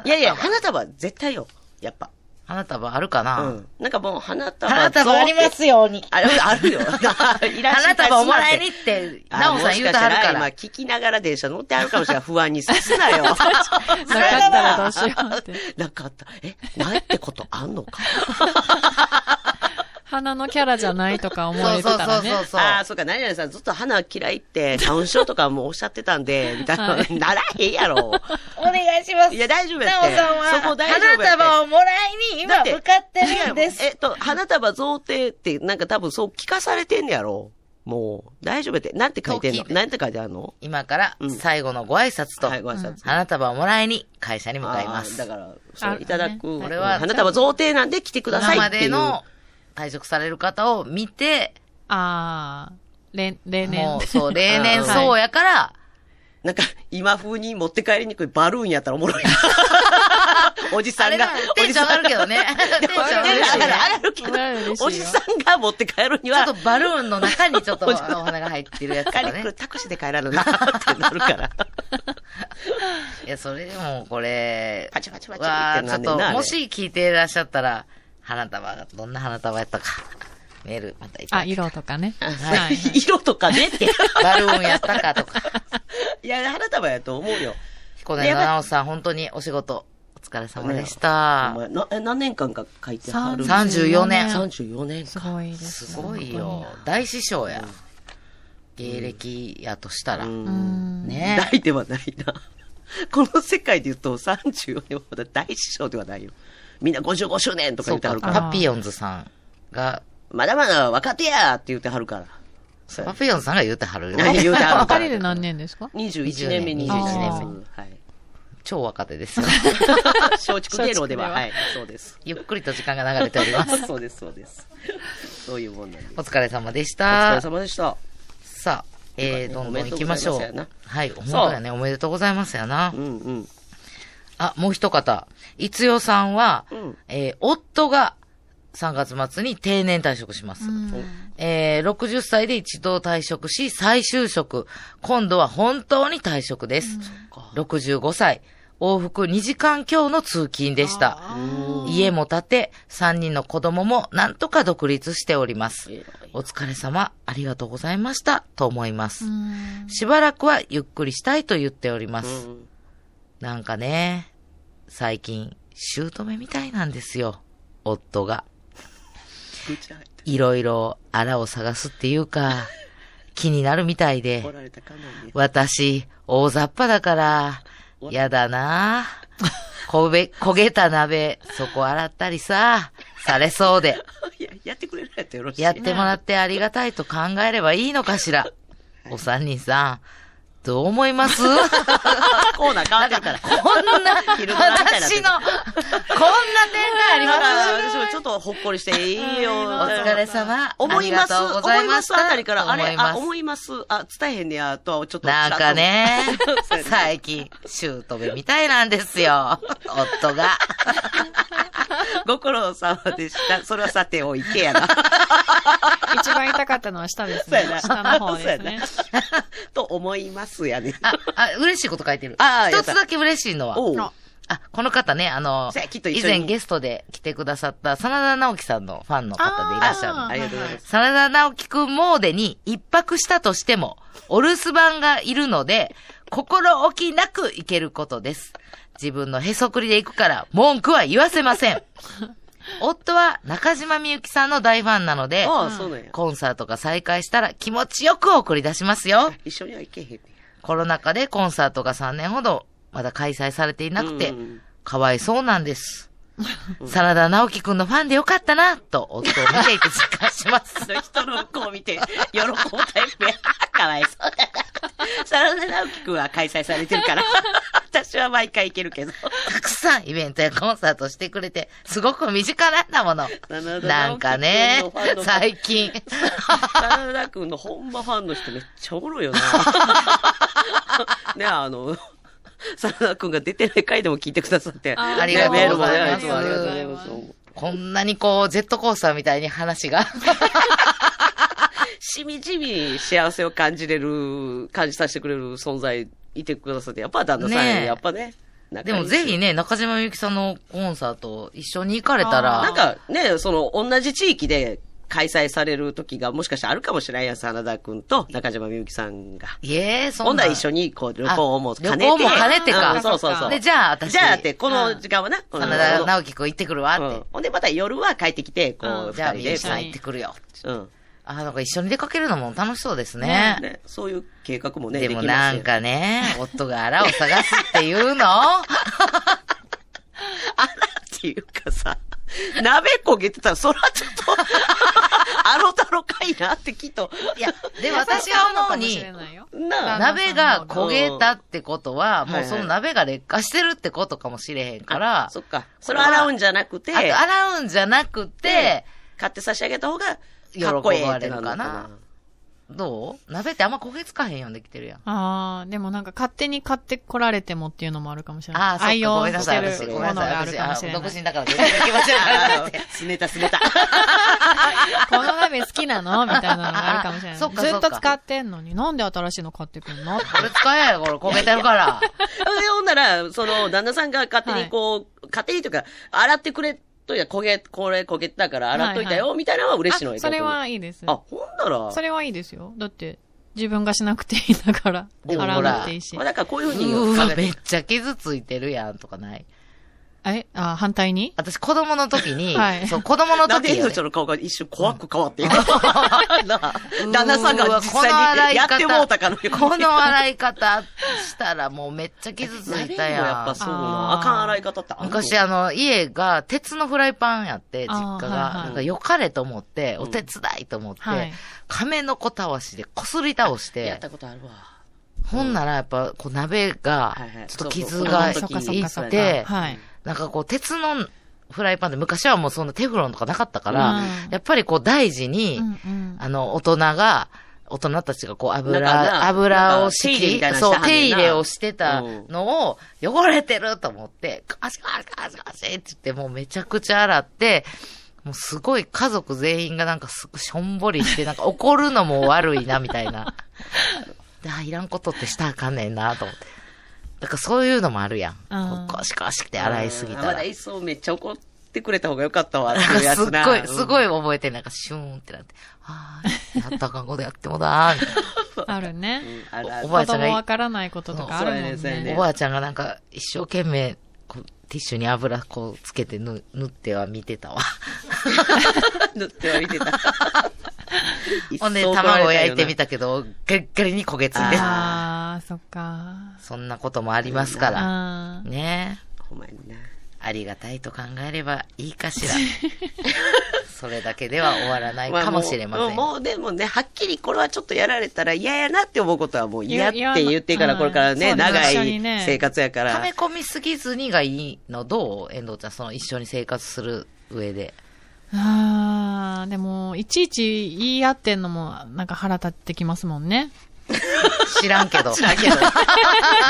いやいや、花束絶対よ。やっぱ。
花束あるかな、
うん。なんかもう花束。
花束ありますように。
あるあるよ。いらっしゃ
花
い
束をもらいにって、
あ
なおさん言うては
もし
るか
した今
ら。
聞きながら電車乗ってあるかもしれない。不安に さすなよ。 なか
なかったらどう しようって。
なかった。え、ないってことあんのか。
花のキャラじゃないとか思わ
そう
れて
そう
た
そ
ら
う
ね。
そうそう。
ああ、そうか、何々さんずっと花嫌いって、ダウン症とかもおっしゃってたんで、みたいな、
は い
ならへんやろ。
お願いします。
いや、大丈夫や
な
っ
お
て。
さんは、
そこ大丈夫やって。
花束をもらいに
だ
今
って
向かってるんです
違う。えっと、花束贈呈って、なんか多分そう聞かされてんねやろ。もう、大丈夫やって。なんて書いてん
そ
の
う聞いて
なんて書いてあるの
今から
うん
最後のご挨拶と、
はい、ご挨拶。
花束をもらいに会社に向かいま
あー
す
だ。から、そう、いただく。
あ
これは
花束贈呈なんで来てくださ
今
い
ま
っていう。
での退職される方を見て、
ああ、れん例年。
もう そう、例年
あー
そうやから、
なんか、今風に持って帰りにくいバルーンやったらおも ろいな。おじさ
あ
ん
れ
が
だ、、テンション上がるけど ね。テンション上がるし
上がる
ね
上がるけど
上がる嬉しいよ
おじさんが持って帰るに
ちょ
は、
っとバルーンの中にちょっと
お
お
じさん
花が入ってるやつ
カ
が
リ
ね
ク。ルタクシーで帰らぬなってなる から。
いや、それでもこれ、
パチパチパチ
わ
っ
あ
て
ちょ
な
っ
んねん
と、
な。あれ
もし聞いていらっしゃったら、花束が、どんな花束やったか、メールまたいただ
あ、
き
色とかね。
は
はいい。
色とかねって。
バルーンやったかとか。
いや、花束やと思うよ。
彦根七尾さん、本当にお仕事、お疲れ様でした
お。前なえ何年間か書いてある。
三34年
34年
す
か。
ごいです。
すごいよ。大師匠や。芸歴やとしたら。
う
うん
ん。
ね
大ではないな。この世界で言うと34年はまだ大師匠ではないよ。みんな55周年とか言
そう
ってあ
か、
るから。
パピヨンズさんが、
まだまだ若手やーって言ってはるから。そう
パピヨンズさんが言うてはるよ。
何言うてはるか
別
ら
れる何年ですか
21年目、21年目。
あー
はい。
超若手ですよ。
松竹芸能では、
松竹では
はい、そうです。
ゆっくりと時間が流れており ます。
そうです、そうです。そういうもんなんです。
お疲れ様でし
お疲れ
た。
様でした。
さあ、えー、どんどん行きましょ
おめでとうございうま。
はい、本当やね、おめでとうございますやな
う。んうん。
あ、もう一方。いつよさんは、
うん
えー、夫が3月末に定年退職します。えー、60歳で一度退職し、再就職。今度は本当に退職です。65歳。往復2時間強の通勤でした。家も建て、3人の子供もなんとか独立しております。お疲れ様、ありがとうございました、と思います。しばらくはゆっくりしたいと言っております。なんかね、最近、姑みたいなんですよ、夫が。
ぐちゃ入って
いろいろあらを探すっていうか、気になるみたい
怒
で、
られたかなり。
私、大雑把だから、やだな焦げ、焦げた鍋、そこ洗ったりさ、されそうで、
いや、やってくれないとよろしい。
やってもらってありがたいと考えればいいのかしら。お三人さん、どう思います
コーナー変わってるから。
こんな話
昼
の、
ド
こん
ラ
な
みたいにな って
展
る
開あり
だ
ま
か
す
ら、私もちょっとほっこりしていいよ。
お疲れ様。
思います、
ありがとう
思
ござ
い
い
ま
ますす。
あたりから、あれ、あ、
思いま
思います、あ、伝えへんねや、とは、ちょっ
す
と。
なんかね
そうや、
最近、姑みたいなんで すよ。夫が。
ご苦労様でした。それはさておいて やな。
一番痛かったのは下です
そうやな
ね。下の方ですね。
と思いますやね。
あ、あ、嬉しいこと書いてる。
ああや
一
っ
つ
た
だけ嬉しいのは、
おう。
あ
あ、この方ね、あの
せやきっと、一
以
緒に
前ゲストで来てくださった、真田直樹さんのファンの方でいらっしゃる。
ありがとうございます。
真田直樹くんモーデに一泊したとしても、お留守番がいるので、心置きなく行けることです。自分のへそくりで行くから、文句は言わせ ません。夫は中島みゆきさんの大ファンなので、
ああ、そうなんや。
コンサートが再開したら気持ちよく送り出しますよ。
一緒には行けへんね
コロナ禍でコンサートが3年ほどまだ開催されていなくて、
うん
かわいそうなんです。真田直樹くんのファンでよかったな、と夫を見ていて実感します。
あの人の子を見て、喜ぶタイプや。 かわいそうだな。サラダ直樹くんは開催されてるから。 私は毎回行けるけど。
たくさんイベントやコンサートしてくれて、すごく身近なんだもの。
七田直樹
なんかね
君のファンの、方
最近。
サラダくんのほんまファンの人めっちゃおも ろいよな。ねあの、サラダくんが出てない回でも聞いてくださって。
あ
ありがとうござい
ねメー
ます
ルもねありがとうございま
あ
す
りがとうござい。
こんなにこう、ジェットコースターみたいに話 が。
しみじみ幸せを感じれる、感じさせてくれる存在いてくださって、やっぱ旦那さん、
ねえ
やっぱね。仲
で
いい
も
し
ぜひ。ね、中島みゆきさんのコンサート一緒に行かれた
あ
ら
なん、かね、その、同じ地域で開催される時がもしかしたらあるかもしれないやつ、花田くんと中島みゆきさんが。
いえ、そん
ほん
な。
なんら一緒
に。
に、こう、旅行をも兼ねて。
旅行も兼ねてか
うんそうそうそう。
で、じゃあ、私。
じゃあって、この時間はな、この
真田直樹くん行ってくるわ
うん
っ
ほんで、また夜は帰ってきて、こ
う
う、
ん
て。じゃあ、
二
み
人
ゆ
で
きさん
はい
行ってくるよ。
うん。
あ、なんか一緒に出かけるのも楽しそうですね
ね。
ね、そういう計画もね、
で
き
も
ますよ
なん、かね、夫があらを探すってい うの
あらっていうかさ、鍋焦げてたら、そらちょっと、あのだろかいなってきっと。
いや、でも私は思うに、
なあ、
鍋が焦げたってことは、
うん
もうその鍋が劣化してるってことかもしれへんから、
そっか。それを洗うんじゃなくて、
あと洗うんじゃなくて、
買って差し上げた方が、
喜
かっこええ
ば
っ
れ
て
る
な
か
る
な
のかな。
どう鍋ってあんま焦げつかへんようにできてるやん。
ああ、でもなんか勝手に買って来られてもっていうのもあるかもしれない。
ああ、そっ
愛
か、ご
用
めんな
し
さい、
てる
私。ご
も
めん
の
なさい、
がある
私、
かも
あ
しれな
独
い。
身だから全然できませんからって。
すねたすねた。
この鍋好きなのみたいなのがあるかもしれない。
そっかそっ
ず
か
っと使ってんのに、なんで新しいの買ってくん のって
これ使えよ、これ焦げてるから。
でほんなら、その、旦那さんが勝手にこう、勝手にというか、洗ってくれといや、焦げ、これ焦げてたから洗っといた
はい
よ、みたいなのは嬉しいのよ、
あそれ
逆に
はいいです。
あ、ほんなら。
それはいいですよ。だって、自分がしなくていいんだから、
でも
洗わなくていいし
まあ、。だからこういうふうに
うわ、
食べ
め
て
っちゃ傷ついてるやんとかない。
えあ、反対に
私、子供の時に、
はい
そう、子供の
なんで
時
遠
よ
藤
ね
ちゃんの顔が一瞬怖く変わって、なあ旦那さんが実
うわこの洗
際
い
にや
方
ってもうたかのように
この洗い方したらもうめっちゃ傷 ついた
鍋もやっ
や
ぱ
ん。
そうな。あかん洗い方ってあるの
昔あの、家が鉄のフライパンやって、実
あー
家が。
はいはい
なんか良かれと思って、
ん
お手伝いと思って、
はい
亀の子たわしでこすり倒し、
やってたことあるわ。
ほんならやっぱこう鍋が
はいはい、
ちょっと
そ
傷
うそう
がい
そっかそっかそっ
っ
か
て、
はい。
なんかこう鉄のフライパンで昔はもうそんなテフロンとかなかったから、
うん
やっぱりこう大事に、
うんうん
あの、大人が、大人たちがこう
なんか
油、
な
油を
なんか手入れ
敷
み
き
たい、なの
そう
し、てはん
手
ねん
入
な
れをしてたのを、汚れてると思って、ガシガシガシガシって言って、もうめちゃくちゃ洗って、もうすごい家族全員がなんかすごいしょんぼりして、なんか怒るのも悪いな、みた いな。であ、いらんことってしたらあかんねんな、と思って。だからそういうのもあるやん。
うん
こうガシガシって洗いすぎ
うん
た
ま
ら
だ。一層めっちゃ怒ってくれた方がよかった わ、って
なん
いう
か
や
すっ
つな。
ごい、す
い。
ごい覚えてるなんかシューンってなって、ああ、やったらあかんことやってもだー、みたいな。
あるね。
あるある
おばあ
子
ちゃん
供
が
わ、からないこととかあるもんね。
そうやねそうやね
おばあちゃんがなんか、一生懸命、こう、ティッシュに油こうつけてぬ縫っては見てたわ。
塗っては見てた。
ほんで、卵を焼いてみ
た。
たけど、ガリッガリに焦げついてた。
ああ、そっか。
そんなこともありますから。
あー
ね
ほんまやな。
ありがたいと考えればいいか しら。それだけでは終わらない
まあ
かもしれません。
もうもうでもね、はっきりこれはちょっとやられたら嫌やなって思うことはもう
言
嫌っ
う言わな
て言ってから、これから
う
ね、
んそうね
長
一緒に
い
ね
生活やか
溜
ら
め。込みすぎずにがいいのどう遠藤ちゃん、その一緒に生活する上で。
あー、でも、いちいち言い合ってんのも、なんか腹立ってきますもんね。
知らんけ ど。
知らんけど。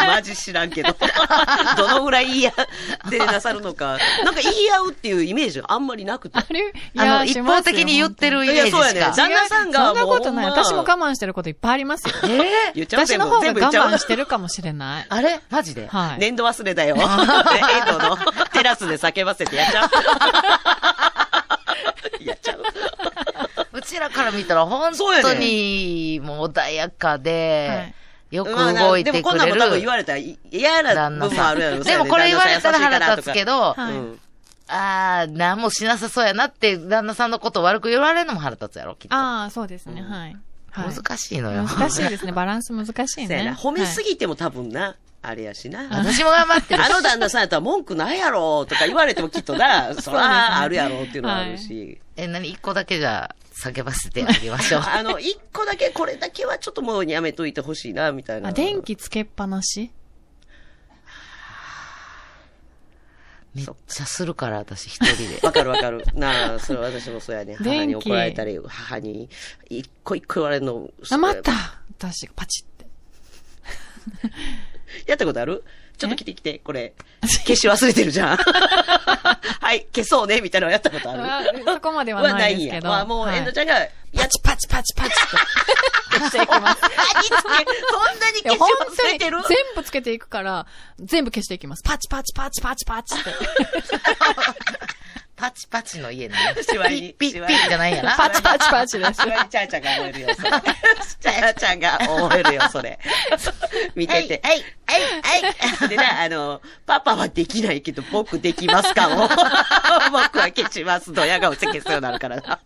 マジ知らんけど。 どのぐらい言い合 ってなさるのか。なんか言い合うっていうイメージがあんまりなくて。
あ れ
あの、一方的に言って。るイメージ
い
し
やそうやね。
か
い
旦
や
那
しま
さん
す
が
よ本当にそんなことない。
もうほんま
私も我慢してることいっぱいありますよ。
えー
言っちゃう
私
全
の
部
方が
全部言っちゃう
我慢してるかもし れない。
あれマジで
はい。
年度忘れだ よ。遠藤のテラスで叫ばせてやっちゃう。やっちゃう。
うちらから見たら本
そうや
当
ね
にもう穏やか
は
で
い、
よく
まあな
動いて
でもこ
く
んな
れ
んも
る
多分言われたらい嫌な
旦
部
那
分も
さ
あるやろ。
ん。でもこれ言われたら腹立つけ
ど。
ど、
は
あ
い
うん
あー、何もしなさそうやなって旦那さんのこと悪く言われるのも腹立つやろ、きっと。
ああ、そうですね。はい。はい
難しいのよ。
難しいですね。バランス難しい
そうや
ね
な。。褒めすぎても多分な、あれやしな。
私も頑張ってるし
あの旦那さんやったら文句ないやろとか言われてもきっと な、そらあるやろっていうのはあるし。
え、何一個だけじゃ叫ばせてあげま しょう。
あの、一個だけこれだけはちょっともうやめといてほしいな、みたいな。
あ、電気つけっぱなし
めっちゃするから、私一人で。
わかるわかる。なあ、それ私もそうやね。 母
電気
に怒られたり、母に一個一個言われるの。
あ、待った私がパチって。
やったことあるちょっと来て来て、これ。消し忘れてるじゃん。 はい、消そうね、みたいなのやったことある。
あそこまではないですけど。
はないんやまあもう、
はい
エンドちゃんが、やっ
パチパチパチパチって していきます。
つけ、そんなに
いや、
消
本
し
当
忘れ
に全
てる
部つけていくから、全部消していきます。パチパチパチパチパチって。
パチパチの 家ね。
シワに
ピッピッピッじゃないんやな。
パチパチパチです
シ。ワにチャーちゃんが覚えるよ、それ。チャーちゃんが覚えるよ、それ。見てて。
はい、はい、はい、はい。
でな、あの、パパはできないけど、僕できますかも。僕は消します。ドヤ顔して消すようになるからな。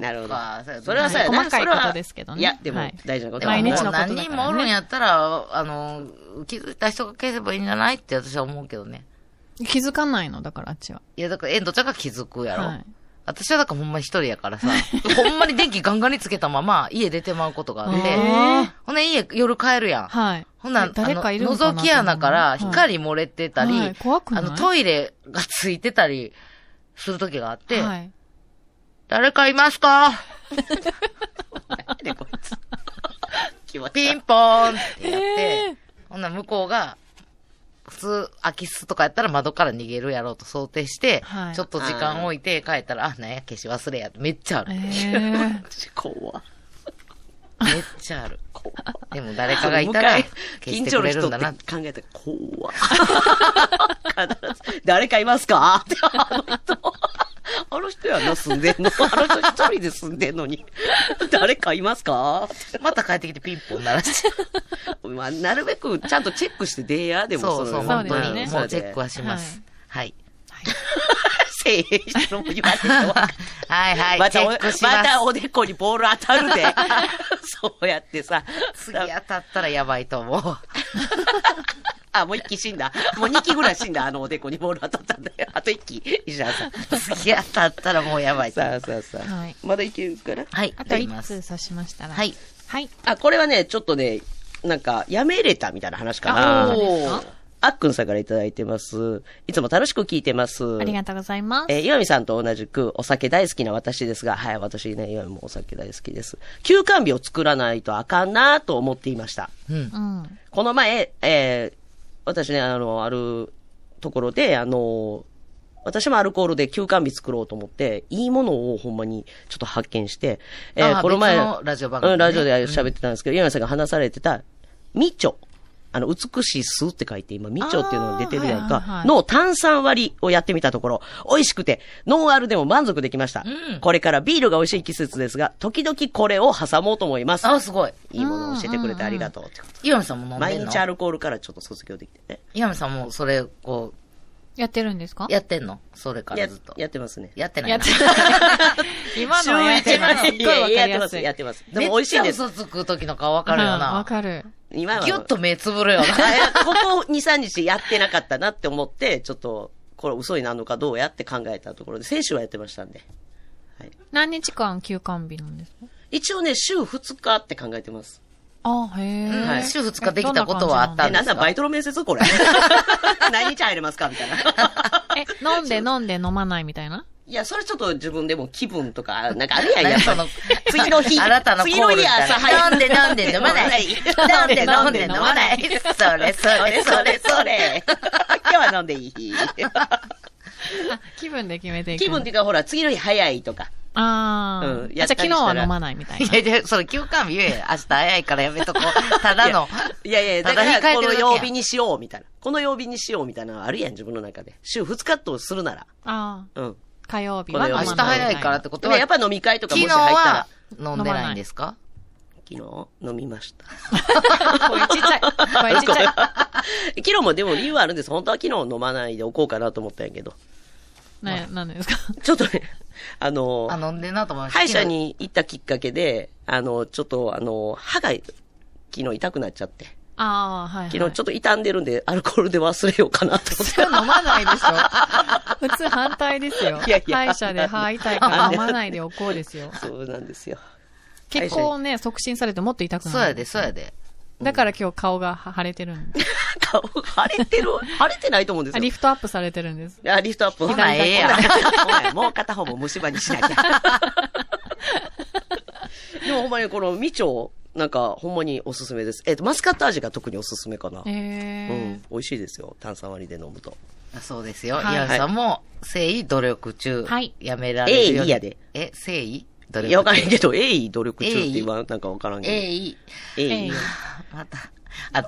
なるほど
そうか。
それはさ、
はい
な
細かい
それは
ことですけどね
いや、でも
はい
大事なこと
毎日
も
のこ
う
とだから
何
ね
人もおるんやったら、あの、気づいた人が消せばいいんじゃないって私は思うけどね。
気づかないの、だからあっちは。
いや、だから、え、どっちゃんが気づくやろ。
はい
私はだからほんまに一人やからさ、ほんまに電気ガンガンにつけたまま家出てまうことがあっ
え
て、
ー
ほんで家夜帰るやん。
はい。
ほんなら、
え誰かいるの
あ
かな
の、覗き穴から
と思う
光漏れてたり、
はい怖くな
あ
い
の、トイレがついてたりする時があって、
はい
誰かいますか
で、こいつ。 気持ち悪い
ピンポーンってやって、
え
ほんなら向こうが、普通、空き巣とかやったら窓から逃げるやろうと想定して、
はい
ちょっと時間置いて帰ったら、あ、なんや、消し忘れや。めっちゃある。
え
めっ
ー
怖
ちゃある。
怖
でも誰かがいたら、
向か
消
い近
して
所の
くれ
人
るん
っ
だ
て
な。
考えたら、怖必ず、誰かいますか って、あの人。あの人やな、住んでんの。あの人一人で住んでんのに。誰かいますか
また帰ってきてピンポン鳴らして。
まあ、なるべくちゃんとチェックして出 や、でも
そうそう、
う
本当
そう
に。
ですね
もうチェックはします。はい。
せえしても言われてもわかん
はい はい、
ま
チ
た
ェ
お、
ックします。
またおでこにボール当たる で。そうやってさ。
次当たったらやばいと思う。
あ、もう一機死んだ。もう二機ぐらい死んだ、あのおでこにボール当たったんだよ。あと一機、石原さん。
次当たったらもうやばいと思
さあ
う。
さあさあ。
はい。
まだいけるかな
はい、
あと
やり
一
ます
通。刺しましたら。
はい。
はい。
あ、これはね、ちょっとね、なんか、やめれたみたいな話か
あ
な
本当ですか。
あっくんさんからいただいてます。いつも楽しく聞いてます。
ありがとうございます。
えー岩見さんと同じくお酒大好きな私ですが、はい、私ね、岩見もお酒大好きです。休館日を作らないとあかんなと思っていました。
うん
う。ん。
この前、えー私ね、あの、あるところで、あの、私もアルコールで休館日作ろうと思って、いいものをほんまにちょっと発見して、え
あ
ー
あ
この前、
別のラジオ番組ね
うん、ラジオで喋ってたんですけど、岩見さんが話されてた、みちょ。あの、美しい酢って書いて、今、みちょっていうのが出てるやん
あーはいはいは
か
い、
の炭酸割りをやってみたところ、美味しくて、ノンアルでも満足できました。
うん
これからビールが美味しい季節ですが、時々これを挟もうと思います。
あ、すごい。
いいものを教えてくれてありがとうってこと。
岩見さんも飲んで
毎
んの
日アルコールからちょっと卒業できてね。
岩見さんもそれ、こ
やってるんですか
う、やってんのそれか
や
らずっと。
やってますね。
やってない
や
な。
ってる。今のやってます。すっごいわかり
やってま
やす
す、
い。
やってます。でも美味しいんです。
めっちゃ嘘つく時の顔わかるよ
うんわ
な。
かる。
今は。
ぎゅっと目つぶるよな。
あ。いやここ2、3日やってなかったなって思って、ちょっと、これ嘘になるのかどうやって考えたところで、先週はやってましたんで。
何日間休館日なんですか
一応ね、週2日って考えてます。
あ、へえ、
うん
はい
週2日できたことはあっ
え、
たんで
なん
す
だ、
か
バイトの面接これ。 何日入れますかみたいな。
え、飲んで飲んで飲まないみたいない
や、それちょっと自分でも気分とか、なんかあるやん、やっぱ
何その
り。次の日。
あなたのコール
次の日
みたいな
朝早く
飲んで飲んで飲ま ない。飲んで飲んで飲まない。それそ
そ
れ
れ
そ
そ
れ
れ
そ
そ
れ。
れ。今日は飲んでいい。
あ、気分で決めてい く。
気分っていうか、ほら、次の日早いとか。
ああ、
うん
じ
や
ゃあ
ったりし
昨日
たら
は飲まないみたい
い
な。
やいや、それ休館日言えよ。明日早いからやめと こう。ただの。
いやいや、だか
ただ控
ら、
え
こ
て
の
るだけや
曜日にしよう、みたいな。この曜日にしよう、みたいなのあるやん、自分の中で。週2日とするなら。
あ
うん。
あ、火曜日は飲
これ
明
まない。
は
日早いからってこと
で
は、
もやっぱ飲み会とか
昨
もし
日
入った
は
ら、
飲んでないんですか
昨日飲みました。
これちっちゃい。 これちっちゃい。
昨日もでも理由はあるんです。本当は昨日飲まないでおこうかなと思ったんやけど。
ね、なんですか
ちょっとね、あの、
あ、飲んでんなと思いました。
歯医者に行ったきっかけで、あの、ちょっと、あの、歯が昨日痛くなっちゃって。
ああ、はい、はい。
昨日ちょっと傷んでるんで、アルコールで忘れようかなと思って。
それ飲まないでしょ。 普通反対ですよ。
いやいや
歯医者で歯痛いから飲まないでおこうですよ。
そうなんですよ。
結構ね、促進されてもっと痛くなる。
そうやで、そうやで。
だから今日顔が腫れてるんです。
顔、腫れてる腫れてないと思うんです
あ
よ。
リフトアップされてるんです。
あ、リフトアップ。
ほなええやん
ほなもう片方も虫歯にし なきゃ。でもほんまにこのみちょう、なんかほんまにおすすめです。えっ、と、マスカット味が特におすすめかな。
え
う
え
ん。美味しいですよ。炭酸割りで飲むと。
そうですよ。
はい
岩見さんも、誠意努力中。
はい
やめられるよ
ええ
うに。
いいやで
え、誠意努
いや、わ
力
か
中。
らへんけど、鋭意努力中って言わん、なんかわからんけど。
えい。
鋭
えい
意
また、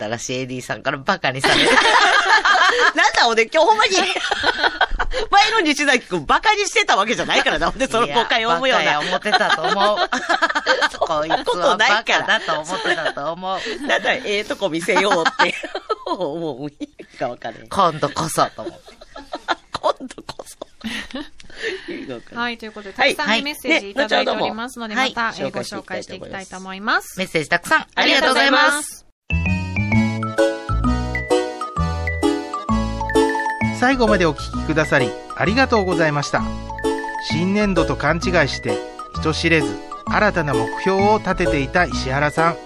新しい AD さんからバカにされる。
なんだおで、今日ほんまに。前の西崎くんバカにしてたわけじゃないからな。ほんで、 その誤解を生むよう
いや
な。
バカ。や思ってたと思う
そ
こ
ん
い
なこ
つ
と
は
ない
バ
か
カ
ら
だと思ってたと思う。
だから、ええとこ見せよう って。もう、いいかわかんない。
今度こそと思って。
今度こ そ。いいのかな。
はい、ということで、たくさん
は
ね
い
メッセージいただいておりますので、
は
ま
い
たえー
紹
ご
介していきたいと思います
紹介していきたいと思います。
メッセージたくさんあ
あり
り
が
が
と
と
うござ
うござ
い
い
ま
ますす。
最後までお聞きくださりありがとうございました新年度と勘違いして人知れず新たな目標を立てていた石原さん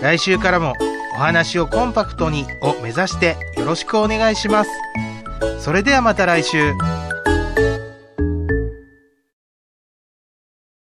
来週からもお話をコンパクトにを目指してよろしくお願いしますそれではまた来週